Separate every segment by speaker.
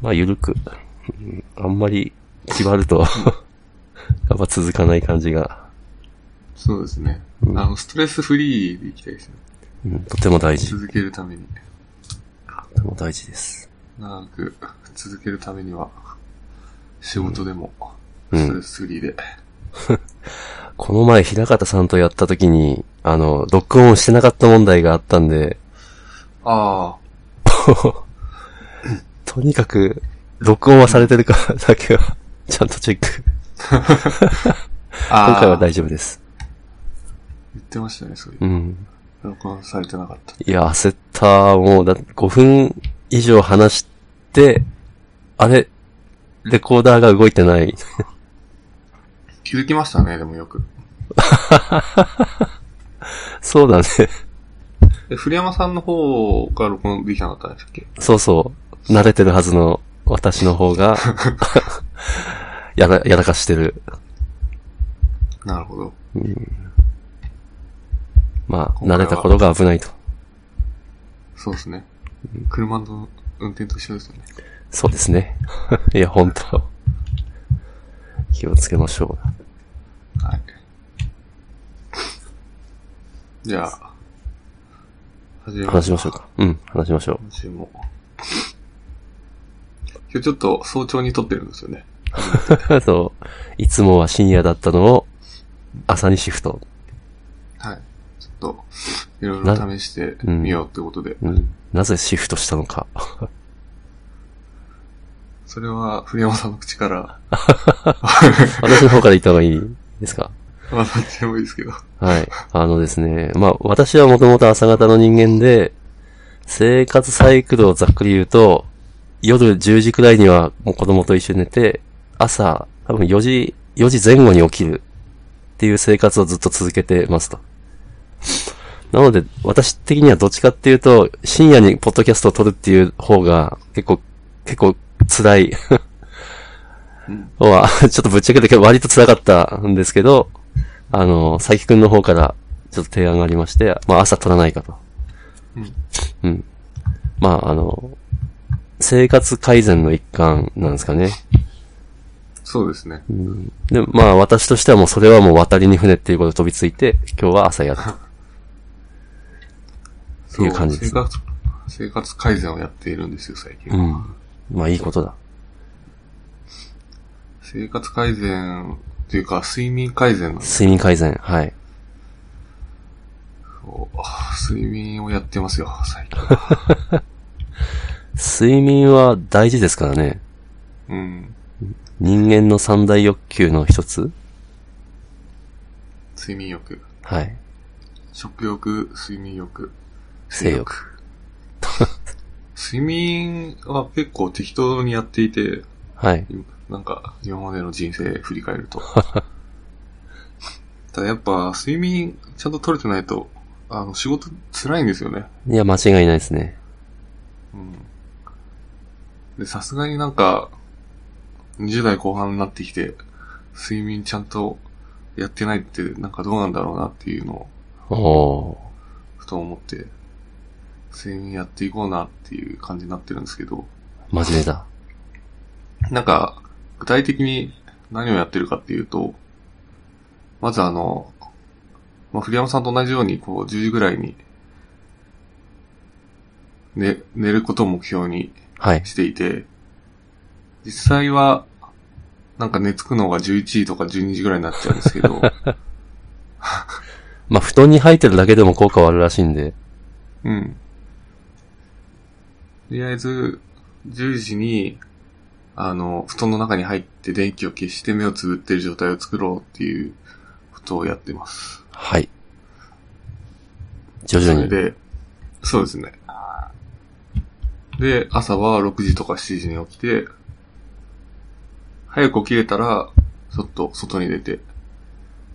Speaker 1: まあ、ゆるく。うんあんまり、決まると、 やっぱ続かない感じが、
Speaker 2: そうですね。
Speaker 1: うん
Speaker 2: あの、ストレスフリーでいきたいですね。
Speaker 1: うん、とても大事。
Speaker 2: 続けるために。
Speaker 1: とても大事です。
Speaker 2: 長く続けるためには、仕事でも、
Speaker 1: うん
Speaker 2: ストレスフリーで。
Speaker 1: この前、平方さんとやった時に、あの、ロックオンしてなかった問題があったんで、
Speaker 2: ああ、
Speaker 1: とにかく、録音はされてるかだけは、ちゃんとチェック。
Speaker 2: ああ
Speaker 1: 今回は大丈夫です。
Speaker 2: 言ってましたね、そういう
Speaker 1: う。ん。
Speaker 2: 録音されてなかった。
Speaker 1: いや、焦った。もう、だ5分以上話して、あれ、レコーダーが動いてない。
Speaker 2: 気づきましたね、でもよく。
Speaker 1: そうだね。
Speaker 2: え、古山さんの方が録音できなかったんですっけ
Speaker 1: そうそう。慣れてるはずの私の方が、 やら、やらかしてる。
Speaker 2: なるほど。
Speaker 1: まあ、
Speaker 2: 今回
Speaker 1: 慣
Speaker 2: は
Speaker 1: れた頃が危ないと。
Speaker 2: そうですね。車の運転と一緒ですよね。
Speaker 1: そうですね。 いや、本当気をつけましょ
Speaker 2: はい。じゃあ、始め
Speaker 1: う。
Speaker 2: ま
Speaker 1: 話し
Speaker 2: しょ
Speaker 1: ま
Speaker 2: う
Speaker 1: しょうか。うん、話しましょう。
Speaker 2: 今週も。今日ちょっと早朝に撮ってるんですよね。
Speaker 1: あと、いつもは深夜だったのを、朝にシフト。
Speaker 2: はい。ちょっと、いろいろ試してみようってことで。
Speaker 1: うん。なぜシフトしたのか。
Speaker 2: それは、古山さんの口から、
Speaker 1: 私の方から言った方がいいですか
Speaker 2: まあ、どっちでもいいですけど。
Speaker 1: はい。あのですね、まあ、私はもともと朝方の人間で、生活サイクルをざっくり言うと、夜10時くらいにはもう子供と一緒に寝て、朝、多分4時、4時前後に起きるっていう生活をずっと続けてますと。なので、私的にはどっちかっていうと、深夜にポッドキャストを撮るっていう方が、結構、結構辛い。
Speaker 2: うん。
Speaker 1: は、ちょっとぶっちゃけたけど割と辛かったんですけど、あの、佐伯くんの方からちょっと提案がありまして、まあ朝取らないかと。
Speaker 2: うん。
Speaker 1: うん。まああの、生活改善の一環なんですかね。
Speaker 2: そうですね。
Speaker 1: うん、で、まあ私としてはもうそれはもう渡りに船っていうことで飛びついて、今日は朝やる。ていう感じです
Speaker 2: 生活、生活改善をやっているんですよ、最近
Speaker 1: う
Speaker 2: は。
Speaker 1: ん。まあいいことだ。
Speaker 2: 生活改善っていうか、睡眠改善なんです
Speaker 1: 睡眠改善、はい。
Speaker 2: けど、睡眠をやってますよ、最 近。
Speaker 1: 睡眠は大事ですからね。
Speaker 2: うん。
Speaker 1: 人間の三大欲求の一つ
Speaker 2: 睡眠欲。
Speaker 1: はい。
Speaker 2: 食欲、睡眠欲、
Speaker 1: 性欲。
Speaker 2: 睡眠は結構適当にやっていて、
Speaker 1: はい。
Speaker 2: なんか、今までの人生振り返ると。 ただやっぱ、睡眠ちゃんと取れてないと、あの、仕事辛いんですよね。
Speaker 1: いや、間違いないですね。
Speaker 2: うん。で、さすがになんか、20代後半になってきて、睡眠ちゃんとやってないって、なんかどうなんだろうなっていうのを、
Speaker 1: おお
Speaker 2: ふと思って、睡眠やっていこうなっていう感じになってるんですけど、
Speaker 1: ー、真面目だ。
Speaker 2: なんか、具体的に何をやってるかっていうと、まずあの、まあ、古山さんと同じように、こう、10時ぐらいに、ね、寝ることを目標に
Speaker 1: はい。
Speaker 2: していて、実際は、なんか寝つくのが11時とか12時ぐらいになっちゃうんですけど、
Speaker 1: まあ、布団に入ってるだけでも効果はあるらしいんで。
Speaker 2: うん。とりあえず、10時に、あの、布団の中に入って電気を消して目をつぶってる状態を作ろうっていうことをやってます。
Speaker 1: はい。徐
Speaker 2: それ
Speaker 1: 々に。
Speaker 2: で、そうですね。で、朝は6時とか7時に起きて、早く起きれたら、ちょっと外に出て、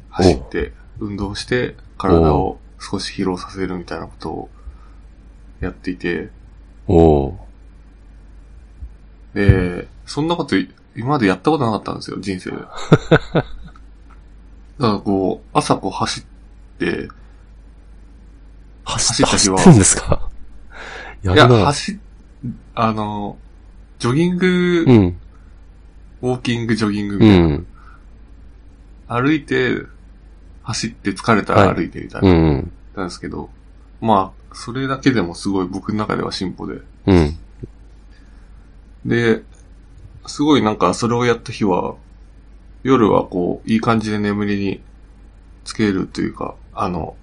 Speaker 2: 走って、運動して、体を少し疲労させるみたいなことをやっていて、
Speaker 1: おお
Speaker 2: で、そんなことい今までやったことなかったんですよ、人 生で。だからこう、朝こう走って、
Speaker 1: ー。走って、
Speaker 2: 走
Speaker 1: 走
Speaker 2: った日は
Speaker 1: ってんですかや
Speaker 2: い
Speaker 1: る
Speaker 2: や、
Speaker 1: な。
Speaker 2: 走っ、あの、ジョギング、
Speaker 1: うん。
Speaker 2: ウォーキング、ジョギングみ
Speaker 1: う
Speaker 2: たいな。
Speaker 1: ん。
Speaker 2: 歩いて、走って疲れた
Speaker 1: は
Speaker 2: ら
Speaker 1: い
Speaker 2: 歩いてみたいな
Speaker 1: う、ん。
Speaker 2: なんですけど、まあ、それだけでもすごい僕の中では進歩で。
Speaker 1: うん。
Speaker 2: で、すごいなんかそれをやった日は、夜はこう、いい感じで眠りにつけるというか、あの、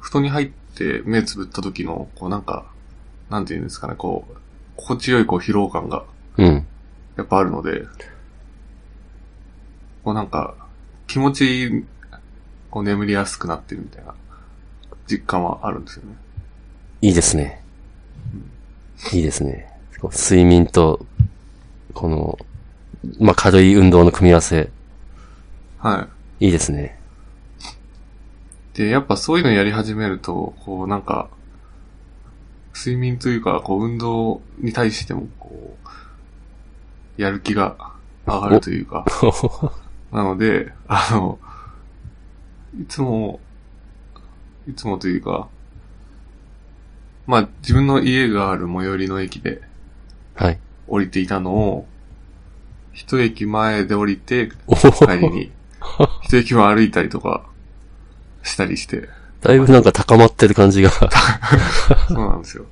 Speaker 2: 布団に入って目つぶった時の、こうなんか、なんていうんですかね、こう、心地よいこう疲労感が
Speaker 1: うん。
Speaker 2: やっぱあるので、こうなんか、気持ち、こう眠りやすくなってるみたいな、実感はあるんですよね。
Speaker 1: いいですね。いいですね。こう睡眠と、この、まあ、軽い運動の組み合わせ、
Speaker 2: はい。
Speaker 1: いいですね。
Speaker 2: で、やっぱそういうのやり始めると、こうなんか、睡眠というか、こう運動に対しても、こう、やる気が上がるというか、なので、あの、いつも、いつもというか、まあ自分の家がある最寄りの駅で
Speaker 1: はい。
Speaker 2: 降りていたのを、一駅前で降りて、
Speaker 1: お
Speaker 2: 帰りに、一駅前歩いたりとか、したりして、
Speaker 1: だいぶなんか高まってる感じ が。
Speaker 2: そうなんですよ。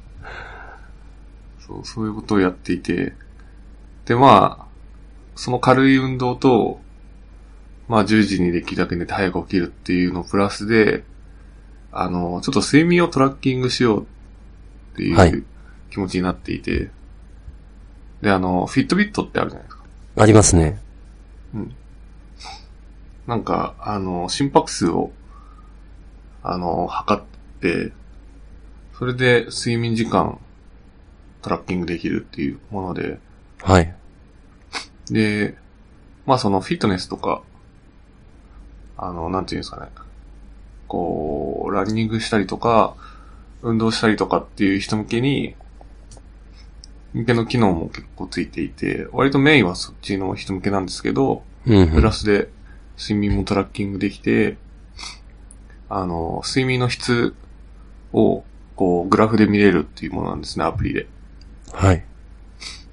Speaker 2: そう、そういうことをやっていて、で、まあ、その軽い運動と、まあ、10時にできるだけ寝て早く起きるっていうのプラスで、あの、ちょっと睡眠をトラッキングしようって
Speaker 1: はいいう
Speaker 2: 気持ちになっていて、で、あの、フィットビットってあるじゃないですか。
Speaker 1: ありますね。
Speaker 2: なんか、あの、心拍数を、あの、測って、それで睡眠時間、トラッキングできるっていうもので、
Speaker 1: はい。
Speaker 2: で、まあそのフィットネスとか、あの、なんていうんですかね、こう、ランニングしたりとか、運動したりとかっていう人向けに、向けの機能も結構ついていて、割とメインはそっちの人向けなんですけど、
Speaker 1: うん、う
Speaker 2: プラ
Speaker 1: ん。
Speaker 2: スで睡眠もトラッキングできて、あの、睡眠の質を、こう、グラフで見れるっていうものなんですね、アプリで。
Speaker 1: はい。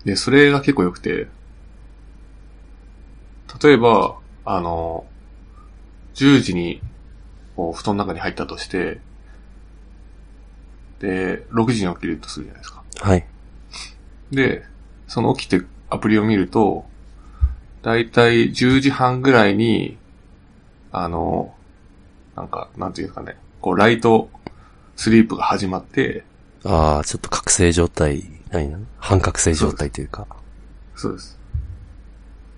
Speaker 2: で、それが結構良くて、例えば、あの、10時に、こう、布団の中に入ったとして、で、6時に起きるとするじゃないですか。
Speaker 1: はい。
Speaker 2: で、その起きてアプリを見ると、だいたい10時半ぐらいに、あの、なんか、なんていうんですかね、こう、ライトスリープが始まって、
Speaker 1: ああ、ちょっと覚醒状態、何なの半覚醒状態というか。
Speaker 2: そうです。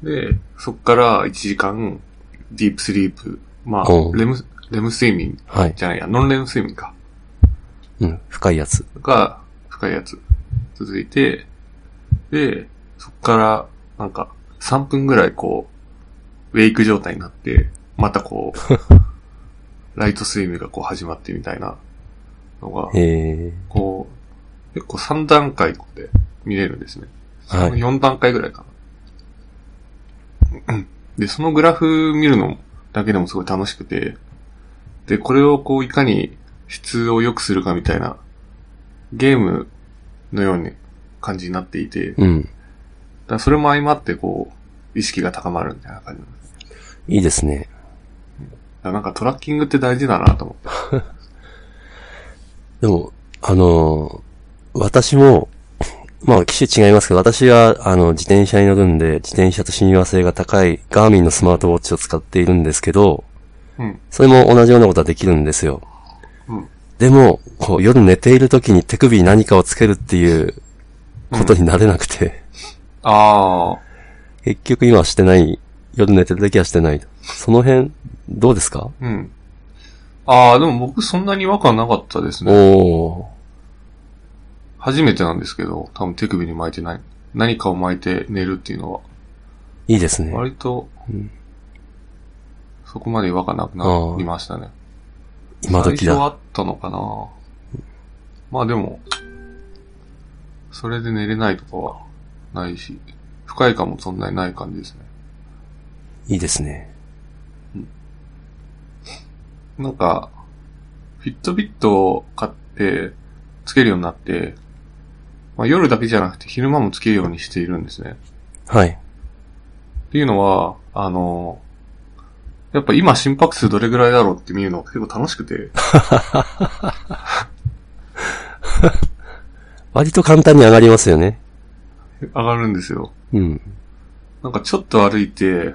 Speaker 2: で、そっから1時間、ディープスリープ、まあ
Speaker 1: お、う
Speaker 2: レム、レム睡眠
Speaker 1: はい。
Speaker 2: じゃないや、ノンレム睡眠か。
Speaker 1: うん。深いやつ。
Speaker 2: が深いやつ続いて、で、そっからなんか3分ぐらいこう、ウェイク状態になって、またこう、ライト睡眠がこう始まってみたいなのが、
Speaker 1: ええ
Speaker 2: こう、結構3段階で見れるんですね。
Speaker 1: はい
Speaker 2: 4段階ぐらいかな。うんで、そのグラフ見るのだけでもすごい楽しくて、で、これをこういかに質を良くするかみたいな、ゲームのように感じになっていて、だか
Speaker 1: うん。
Speaker 2: らそれも相まってこう、意識が高まるみたいな感じなんです。だ
Speaker 1: いいですね。
Speaker 2: からなんかトラッキングって大事だなと思って。
Speaker 1: でも、あのー私も、 まあ、機種違いますけど、私は、あの、自転車に乗るんで、自転車と親和性が高い、ガーミンのスマートウォッチを使っているんですけど、
Speaker 2: うん。
Speaker 1: それも同じようなことはできるんですよ。
Speaker 2: うん。
Speaker 1: でも、こう、夜寝ている時に手首に何かをつけるっていうこと
Speaker 2: うん
Speaker 1: になれなくて、
Speaker 2: ああ。
Speaker 1: 結局今はしてない。夜寝てる時はしてない。その辺、どうですか
Speaker 2: うん。ああ、でも僕そんなに違和感なかったですね。
Speaker 1: おー。
Speaker 2: 初めてなんですけど、多分手首に巻いてない。何かを巻いて寝るっていうのは、
Speaker 1: いいですね。
Speaker 2: 割と
Speaker 1: うん、
Speaker 2: そこまで違和感なくなりましたね。
Speaker 1: 今
Speaker 2: 最
Speaker 1: 時
Speaker 2: 初
Speaker 1: だ。
Speaker 2: はあったのかなまあでも、それで寝れないとかはないし、不快感もそんなにない感じですね。
Speaker 1: いいですね。
Speaker 2: なんか、フィットビットを買って、つけるようになって、まあ、夜だけじゃなくて昼間もつけるようにしているんですね。
Speaker 1: はい。
Speaker 2: っていうのは、あの、やっぱ今心拍数どれぐらいだろうって見るのが結構楽しくて、
Speaker 1: 割と簡単に上がりますよね。
Speaker 2: 上がるんですよ。
Speaker 1: うん。
Speaker 2: なんかちょっと歩いて、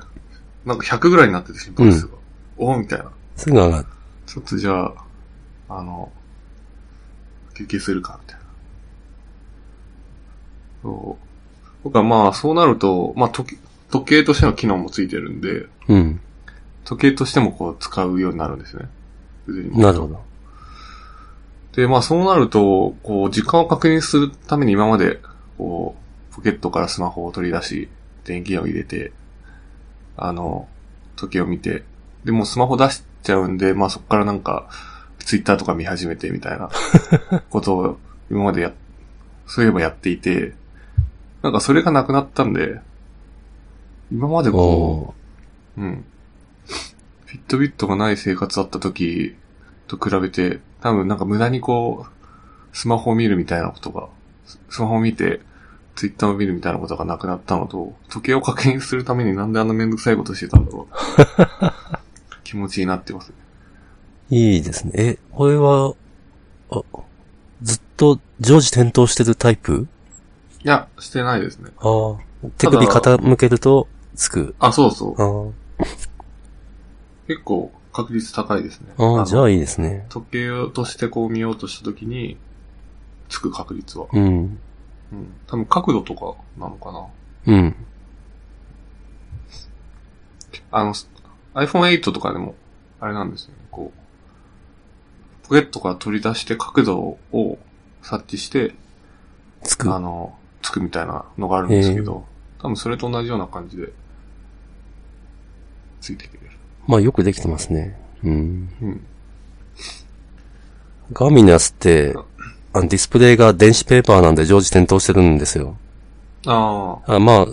Speaker 2: なんか100ぐらいになってて心拍数が。おーみたいな。
Speaker 1: すぐ上がる。
Speaker 2: ちょっとじゃあ、あの、休憩するか、みたいな。そう。僕はまあ、そうなると、まあ、時、時計としての機能もついてるんで、
Speaker 1: うん。
Speaker 2: 時計としてもこう使うようになるんですね。腕に巻くと
Speaker 1: なるほど。
Speaker 2: で、まあそうなると、こう、時間を確認するために今まで、こう、ポケットからスマホを取り出し、電源を入れて、あの、時計を見て、で、もうスマホ出しちゃうんで、まあそこからなんか、ツイッターとか見始めてみたいなことを今までや、そういえばやっていて、なんかそれがなくなったんで、今までこう、
Speaker 1: お
Speaker 2: うん。フィットビットがない生活だった時と比べて、多分なんか無駄にこう、スマホを見るみたいなことが、ススマホを見て、ツイッターを見るみたいなことがなくなったのと、時計を確認するためになんであんなめんどくさいことしてたんだろう。気持ちになってます。
Speaker 1: ーいいですね。え、これは、あ、ずっと常時点灯してるタイプ
Speaker 2: いや、してないですね。
Speaker 1: ああ。手首傾けると、つく。
Speaker 2: あ、そうそう。
Speaker 1: あー
Speaker 2: 結構確率高いですね。
Speaker 1: あー、じゃ
Speaker 2: の
Speaker 1: あいいですね。
Speaker 2: 時計としてこう見ようとした時に、つく確率は。
Speaker 1: うん。
Speaker 2: うん。多分角度とかなのかな。
Speaker 1: うん。
Speaker 2: あの、iPhone8 とかでも、あれなんですよね。こう、ポケットから取り出して角度を察知して、
Speaker 1: つく。
Speaker 2: あの、つくみたいなのがあるんですけど、多分それと同じような感じで、ついてくれる。
Speaker 1: まあよくできてますね。うん。
Speaker 2: うん。
Speaker 1: ガミナスって、あのディスプレイが電子ペーパーなんで常時点灯してるんですよ。
Speaker 2: ああ、
Speaker 1: あ まあ、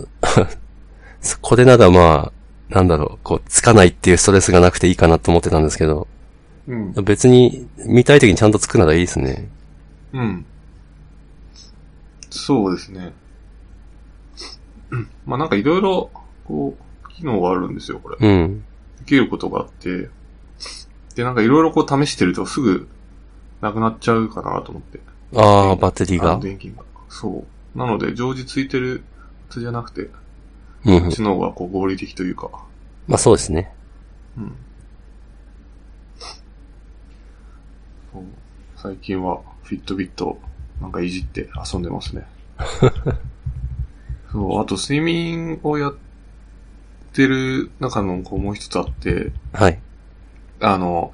Speaker 1: そこでならまあ、なんだろう、こう、つかないっていうストレスがなくていいかなと思ってたんですけど、
Speaker 2: うん。
Speaker 1: 別に、見たい時にちゃんとつくならいいですね。
Speaker 2: うん。そうですね。うんまあなんかいろいろ、こう、機能があるんですよ、これ。
Speaker 1: うん。
Speaker 2: できることがあって、で、なんかいろいろこう試してるとすぐなくなっちゃうかなと思って。
Speaker 1: ああ、バッテリー
Speaker 2: あ
Speaker 1: が
Speaker 2: の。電気が。そう。なので、常時ついてるやつじゃなくて、
Speaker 1: うんう
Speaker 2: こ
Speaker 1: ん
Speaker 2: っ。ちの方がこう合理的というか。
Speaker 1: まあそうですね。
Speaker 2: うん。そう最近はフィットビットをなんかいじって遊んでます ね。そう、あと睡眠をやってる中のこうもう一つあって、
Speaker 1: はい。
Speaker 2: あの、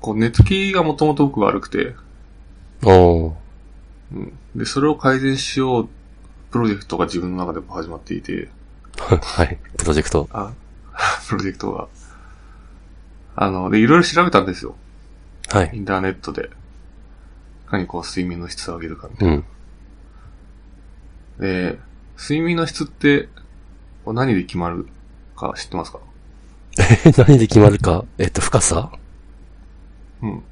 Speaker 2: こう寝つきがもともと僕悪くて、
Speaker 1: おー。
Speaker 2: うん。で、それを改善しようプロジェクトが自分の中でも始まっていて、
Speaker 1: はい。プロジェクト。
Speaker 2: あ、 プロジェクトが。あの、で、いろいろ調べたんですよ。
Speaker 1: はい
Speaker 2: イ。ンターネットで。いかにこう睡眠の質を上げるかみた
Speaker 1: う
Speaker 2: い
Speaker 1: ん。
Speaker 2: な。で、睡眠の質って、こう何で決まるか知ってますか
Speaker 1: え、何で決まるかえっと、深さ
Speaker 2: うん。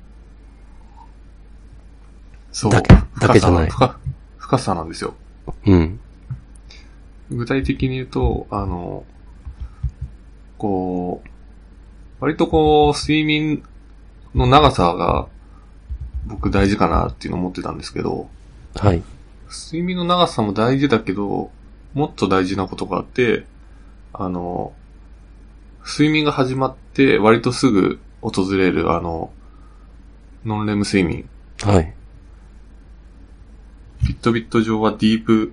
Speaker 2: そう。
Speaker 1: だけだ
Speaker 2: 深
Speaker 1: けじ
Speaker 2: さ
Speaker 1: ゃない
Speaker 2: 深深さなんですよ。
Speaker 1: うん。
Speaker 2: 具体的に言うと、あの、こう、割とこう、睡眠の長さが僕大事かなっていうのを思ってたんですけど、
Speaker 1: はい。
Speaker 2: 睡眠の長さも大事だけど、もっと大事なことがあって、あの、睡眠が始まって割とすぐ訪れるあの、ノンレム睡眠。
Speaker 1: はい。
Speaker 2: フィットビット上はディープ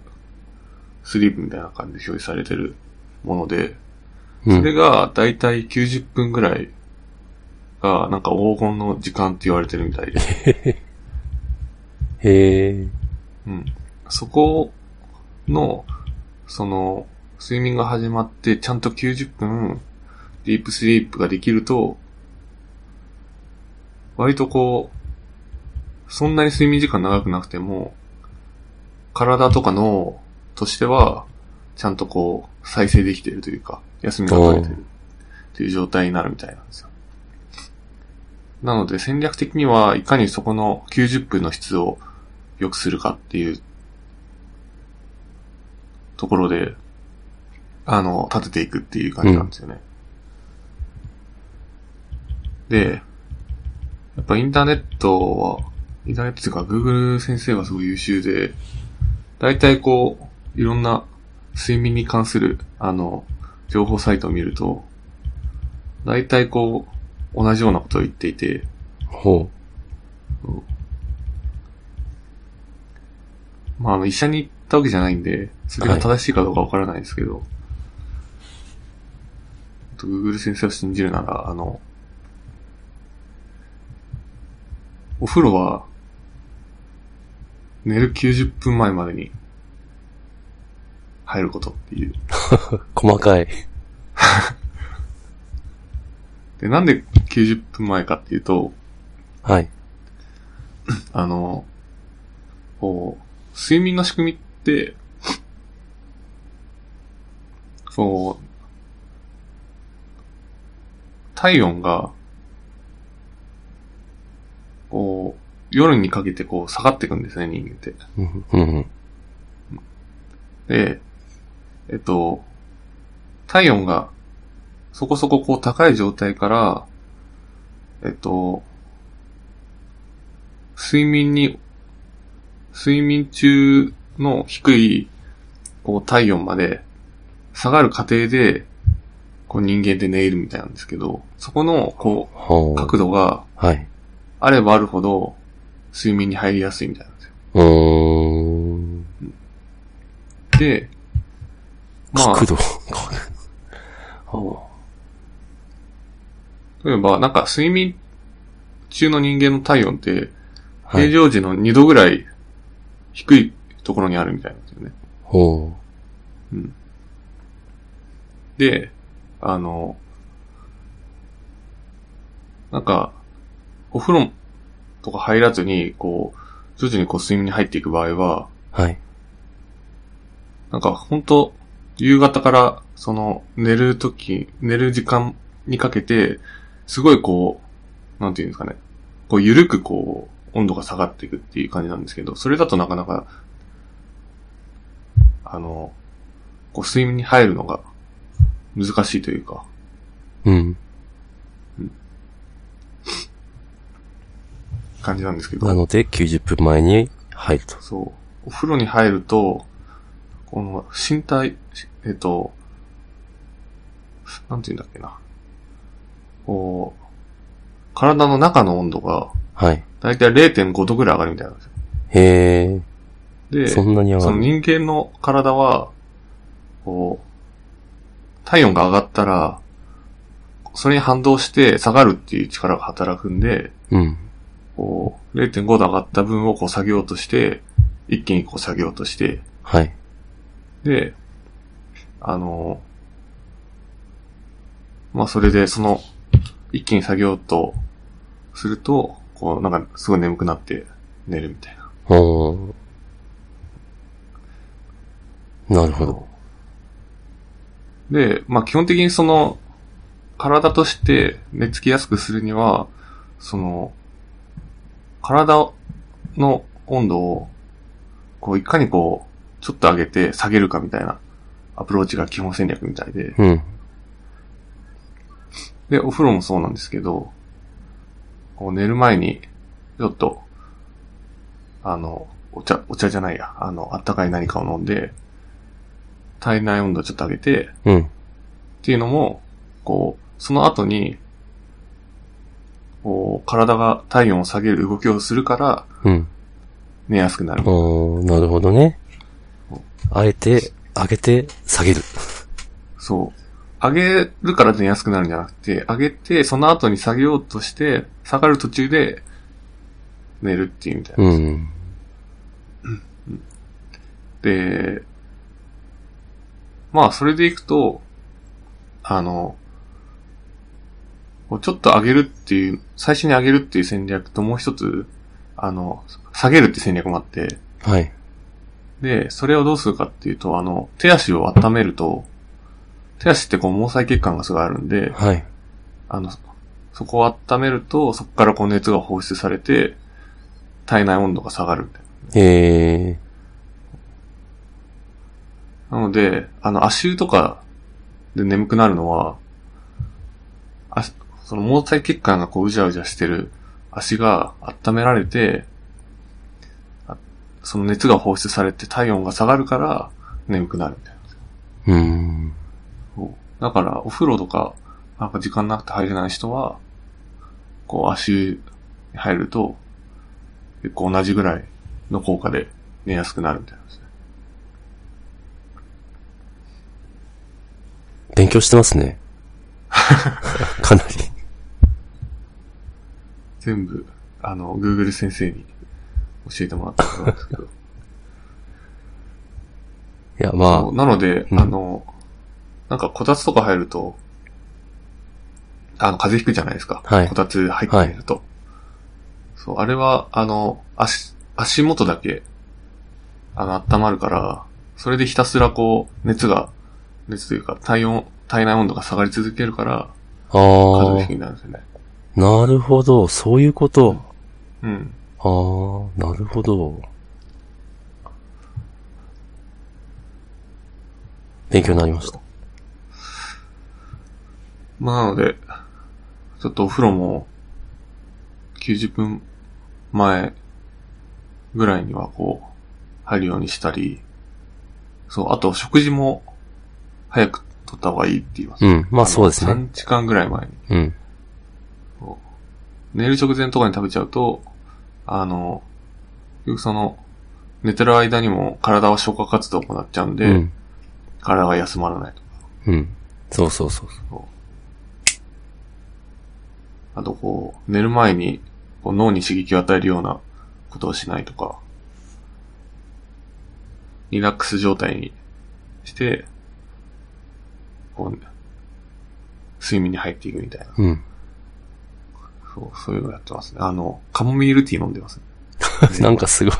Speaker 2: スリープみたいな感じで表示されてるもので、
Speaker 1: う
Speaker 2: それ
Speaker 1: ん。
Speaker 2: がだいたい90分ぐらいがなんか黄金の時間って言われてるみたいで。
Speaker 1: へえ。
Speaker 2: うん。そこの、その、睡眠が始まってちゃんと90分ディープスリープができると、割とこう、そんなに睡眠時間長くなくても、体とか脳としては、ちゃんとこう、再生できているというか、休みが取れてるという状態になるみたいなんですよ。なので戦略的には、いかにそこの90分の質を良くするかっていうところで、あの、立てていくっていう感じなんですよね。で、やっぱインターネットは、インターネットっていうか Google 先生がすごい優秀で、大体こう、いろんな睡眠に関する、あの、情報サイトを見ると、大体こう、同じようなことを言っていて、
Speaker 1: ほ
Speaker 2: まあ、あの、医者に行ったわけじゃないんで、それが正しいかどうかわからないですけど、と Google 先生を信じるなら、あの、お風呂は、寝る90分前までに、入ることっていう。
Speaker 1: う。細かい。
Speaker 2: で、なんで90分前かっていうと、
Speaker 1: はい。
Speaker 2: あの、こう、睡眠の仕組みって、 こう、体温が、こう、夜にかけてこう下がっていくんですね、人間って。
Speaker 1: うん、うん、
Speaker 2: で、えっと、体温がそこそここう高い状態から、えっと、睡眠に、睡眠中の低いこう体温まで下がる過程で、こう人間って寝入るみたいなんですけど、そこのこ
Speaker 1: ほ
Speaker 2: う
Speaker 1: う。
Speaker 2: 角度が
Speaker 1: はい。
Speaker 2: あればあるほど睡眠に入りやすいみたいなんですよ。
Speaker 1: うーん。
Speaker 2: で、
Speaker 1: 角度。 ほ
Speaker 2: 例えば、なんか睡眠中の人間の体温って、
Speaker 1: う。は
Speaker 2: 平
Speaker 1: い。
Speaker 2: 常時の2度ぐらい低いところにあるみたいなんですよね。
Speaker 1: ほ
Speaker 2: うん。で、あの、なんか、お風呂とか入らずに、こう、徐々にこう睡眠に入っていく場合は、
Speaker 1: う。はい。
Speaker 2: なんか本当夕方から、その、寝るとき、寝る時間にかけて、すごいこう、なんていうんですかね。こう、ゆるくこう、温度が下がっていくっていう感じなんですけど、それだとなかなか、あの、こう、睡眠に入るのが難しいというか、
Speaker 1: うん。
Speaker 2: 感じなんですけど。
Speaker 1: なので、90分前に入ると。
Speaker 2: そう。お風呂に入ると、この身体、しえっと、なんて言うんだっけな。こう、体の中の温度が、
Speaker 1: はい。
Speaker 2: だいたい0.5度ぐらい上がるみたいなんですよ。
Speaker 1: へ
Speaker 2: で
Speaker 1: え。、そんなに上が
Speaker 2: その
Speaker 1: る。
Speaker 2: 人間の体は、こう、体温が上がったら、それに反動して下がるっていう力が働くんで、
Speaker 1: うん。
Speaker 2: こう、0.5度上がった分をこう下げようとして、一気にこう下げようとして、
Speaker 1: はい。
Speaker 2: で、あの、まあ、それで、その、一気に下げようとすると、こう、なんか、すごい眠くなって寝るみたいな。
Speaker 1: ほう。なるほど。
Speaker 2: で、まあ、基本的にその、体として寝つきやすくするには、その、体の温度を、こう、いかにこう、ちょっと上げて下げるかみたいなアプローチが基本戦略みたいで、
Speaker 1: うん。
Speaker 2: で、お風呂もそうなんですけど、こう寝る前に、ちょっと、あの、お茶、お茶じゃないや、あの、あったかい何かを飲んで、体内温度ちょっと上げて、
Speaker 1: うん。
Speaker 2: っていうのも、こう、その後に、こう、体が体温を下げる動きをするから、
Speaker 1: うん。
Speaker 2: 寝やすくなる。
Speaker 1: おーなるほどね。あえて、上げて、下げる。
Speaker 2: そう。上げるから寝やすくなるんじゃなくて、上げて、その後に下げようとして、下がる途中で、寝るっていうみたいな。
Speaker 1: うん。
Speaker 2: で、まあ、それでいくと、あの、こうちょっと上げるっていう、最初に上げるっていう戦略ともう一つ、あの、下げるって戦略もあって、
Speaker 1: はい。
Speaker 2: で、それをどうするかっていうと、あの、手足を温めると、手足ってこう毛細血管がすごいあるんで、
Speaker 1: はい。
Speaker 2: あの、そこを温めると、そこからこう熱が放出されて、体内温度が下がるみたいな。
Speaker 1: え
Speaker 2: なので、あの、足湯とかで眠くなるのは、足その毛細血管がこう、うじゃうじゃしてる足が温められて、あその熱が放出されて体温が下がるから眠くなるみたいな。
Speaker 1: うーん。
Speaker 2: そうだから、お風呂とか、なんか時間なくて入れない人は、こう足湯に入ると、結構同じぐらいの効果で寝やすくなるみたいなんですね。
Speaker 1: 勉強してま すね。かなり。
Speaker 2: 全部、あの、Google 先生に教えてもらったことなんです けど。
Speaker 1: いや、ま
Speaker 2: そうなので、
Speaker 1: うん
Speaker 2: あの、なんかこたつとか入ると、あの、風邪ひくじゃないですか。
Speaker 1: はい
Speaker 2: こたつ入ってみると。そう、あれは、あの、足、足元だけ、あの、温まるから、それでひたすらこう、熱が、熱というか、体温、体内温度が下がり続けるから、
Speaker 1: あ、
Speaker 2: 風
Speaker 1: あ
Speaker 2: 邪
Speaker 1: あ
Speaker 2: ひき、になるんですよね。
Speaker 1: なるほど、そういうこと。
Speaker 2: うん。
Speaker 1: ああ、なるほど。勉強になりました。
Speaker 2: まあ、なので、ちょっとお風呂も、90分前ぐらいにはこう、入るようにしたり、そう、あと食事も早く取った方がいいって言います。
Speaker 1: うん、まあそうですね。
Speaker 2: 3時間ぐらい前に。
Speaker 1: うん。
Speaker 2: 寝る直前とかに食べちゃうと、あの、よくその、寝てる間にも体は消化活動を行っちゃうんで、
Speaker 1: うん。
Speaker 2: 体が休まらないと。
Speaker 1: うん。そうそうそう。
Speaker 2: あとこう、寝る前にこう脳に刺激を与えるようなことをしないとか、リラックス状態にして、こう、睡眠に入っていくみたいな。
Speaker 1: うん。
Speaker 2: そう、そういうのやってますね。あの、カモミールティー飲んでますね。
Speaker 1: なんか すごい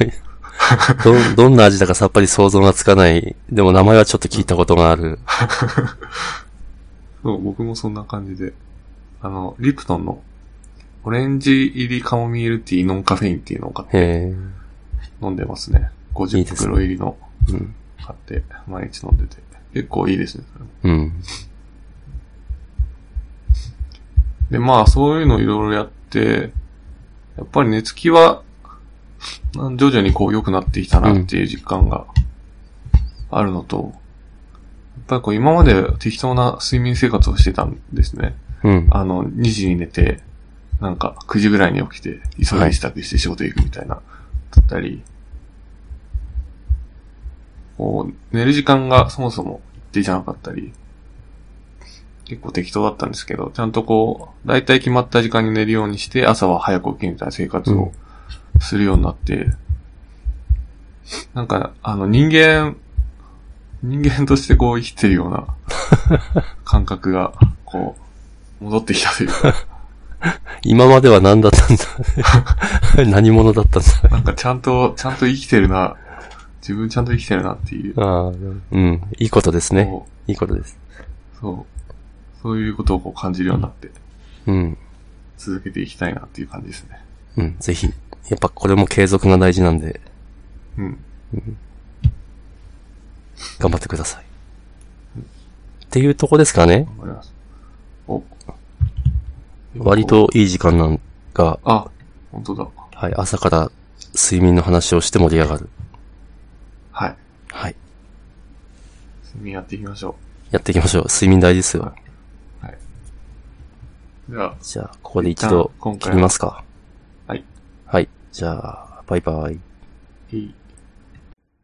Speaker 1: ど。どんな味だかさっぱり想像がつかない。でも名前はちょっと聞いたことがある。
Speaker 2: そう、僕もそんな感じで。あの、リプトンのオレンジ入りカモミールティーノンカフェインっていうのを買って
Speaker 1: へ
Speaker 2: 飲んでますね。
Speaker 1: いい
Speaker 2: 50
Speaker 1: ですね
Speaker 2: 袋入りの
Speaker 1: え。うん。
Speaker 2: 買って毎日飲んでて。結構いいですね。
Speaker 1: うん。
Speaker 2: で、まあ、そういうのいろいろやって、やっぱり寝つきは、まあ徐々にこう良くなってきたなっていう実感があるのと、やっぱりこう今まで適当な睡眠生活をしてたんですね。
Speaker 1: うん。
Speaker 2: あの、2時に寝て、なんか9時ぐらいに起きて、急いで支度して仕事行くみたいな、だったり、こう、寝る時間がそもそも一定じゃなかったり、結構適当だったんですけど、ちゃんとこう、だいたい決まった時間に寝るようにして、朝は早く起きるみたいな生活
Speaker 1: うん
Speaker 2: をするようになって、なんか、あの、人間、人間としてこう生きてるよ うな感覚が、こう、戻ってきたという か、
Speaker 1: 今までは何だったんだ何者だったんだ
Speaker 2: なんかちゃんと、ちゃんと生きてるな、自分ちゃんと生きてるなっていう、
Speaker 1: ああ、うん。いいことですね。
Speaker 2: こう
Speaker 1: いいことです。
Speaker 2: そう、そういうことをこう感じるようになって、
Speaker 1: うん。
Speaker 2: 続けていきたいなっていう感じですね。
Speaker 1: うん。ぜひ。やっぱこれも継続が大事なんで、
Speaker 2: うん。
Speaker 1: 頑張ってください。っていうとこですかね。
Speaker 2: 頑張ります。お。
Speaker 1: 割。といい時間なんか、
Speaker 2: あ、本当だ。
Speaker 1: はい。朝から睡眠の話をして盛り上がる。
Speaker 2: はい。
Speaker 1: はい。
Speaker 2: 睡眠やっていきましょ
Speaker 1: やっていきましょう。睡眠大事ですよ。
Speaker 2: う。じゃあ、
Speaker 1: じゃあ、ここで一度
Speaker 2: 一旦今
Speaker 1: 切
Speaker 2: 回は
Speaker 1: りますか。
Speaker 2: はい。
Speaker 1: はい。じゃあ、バイバイ。
Speaker 2: いい。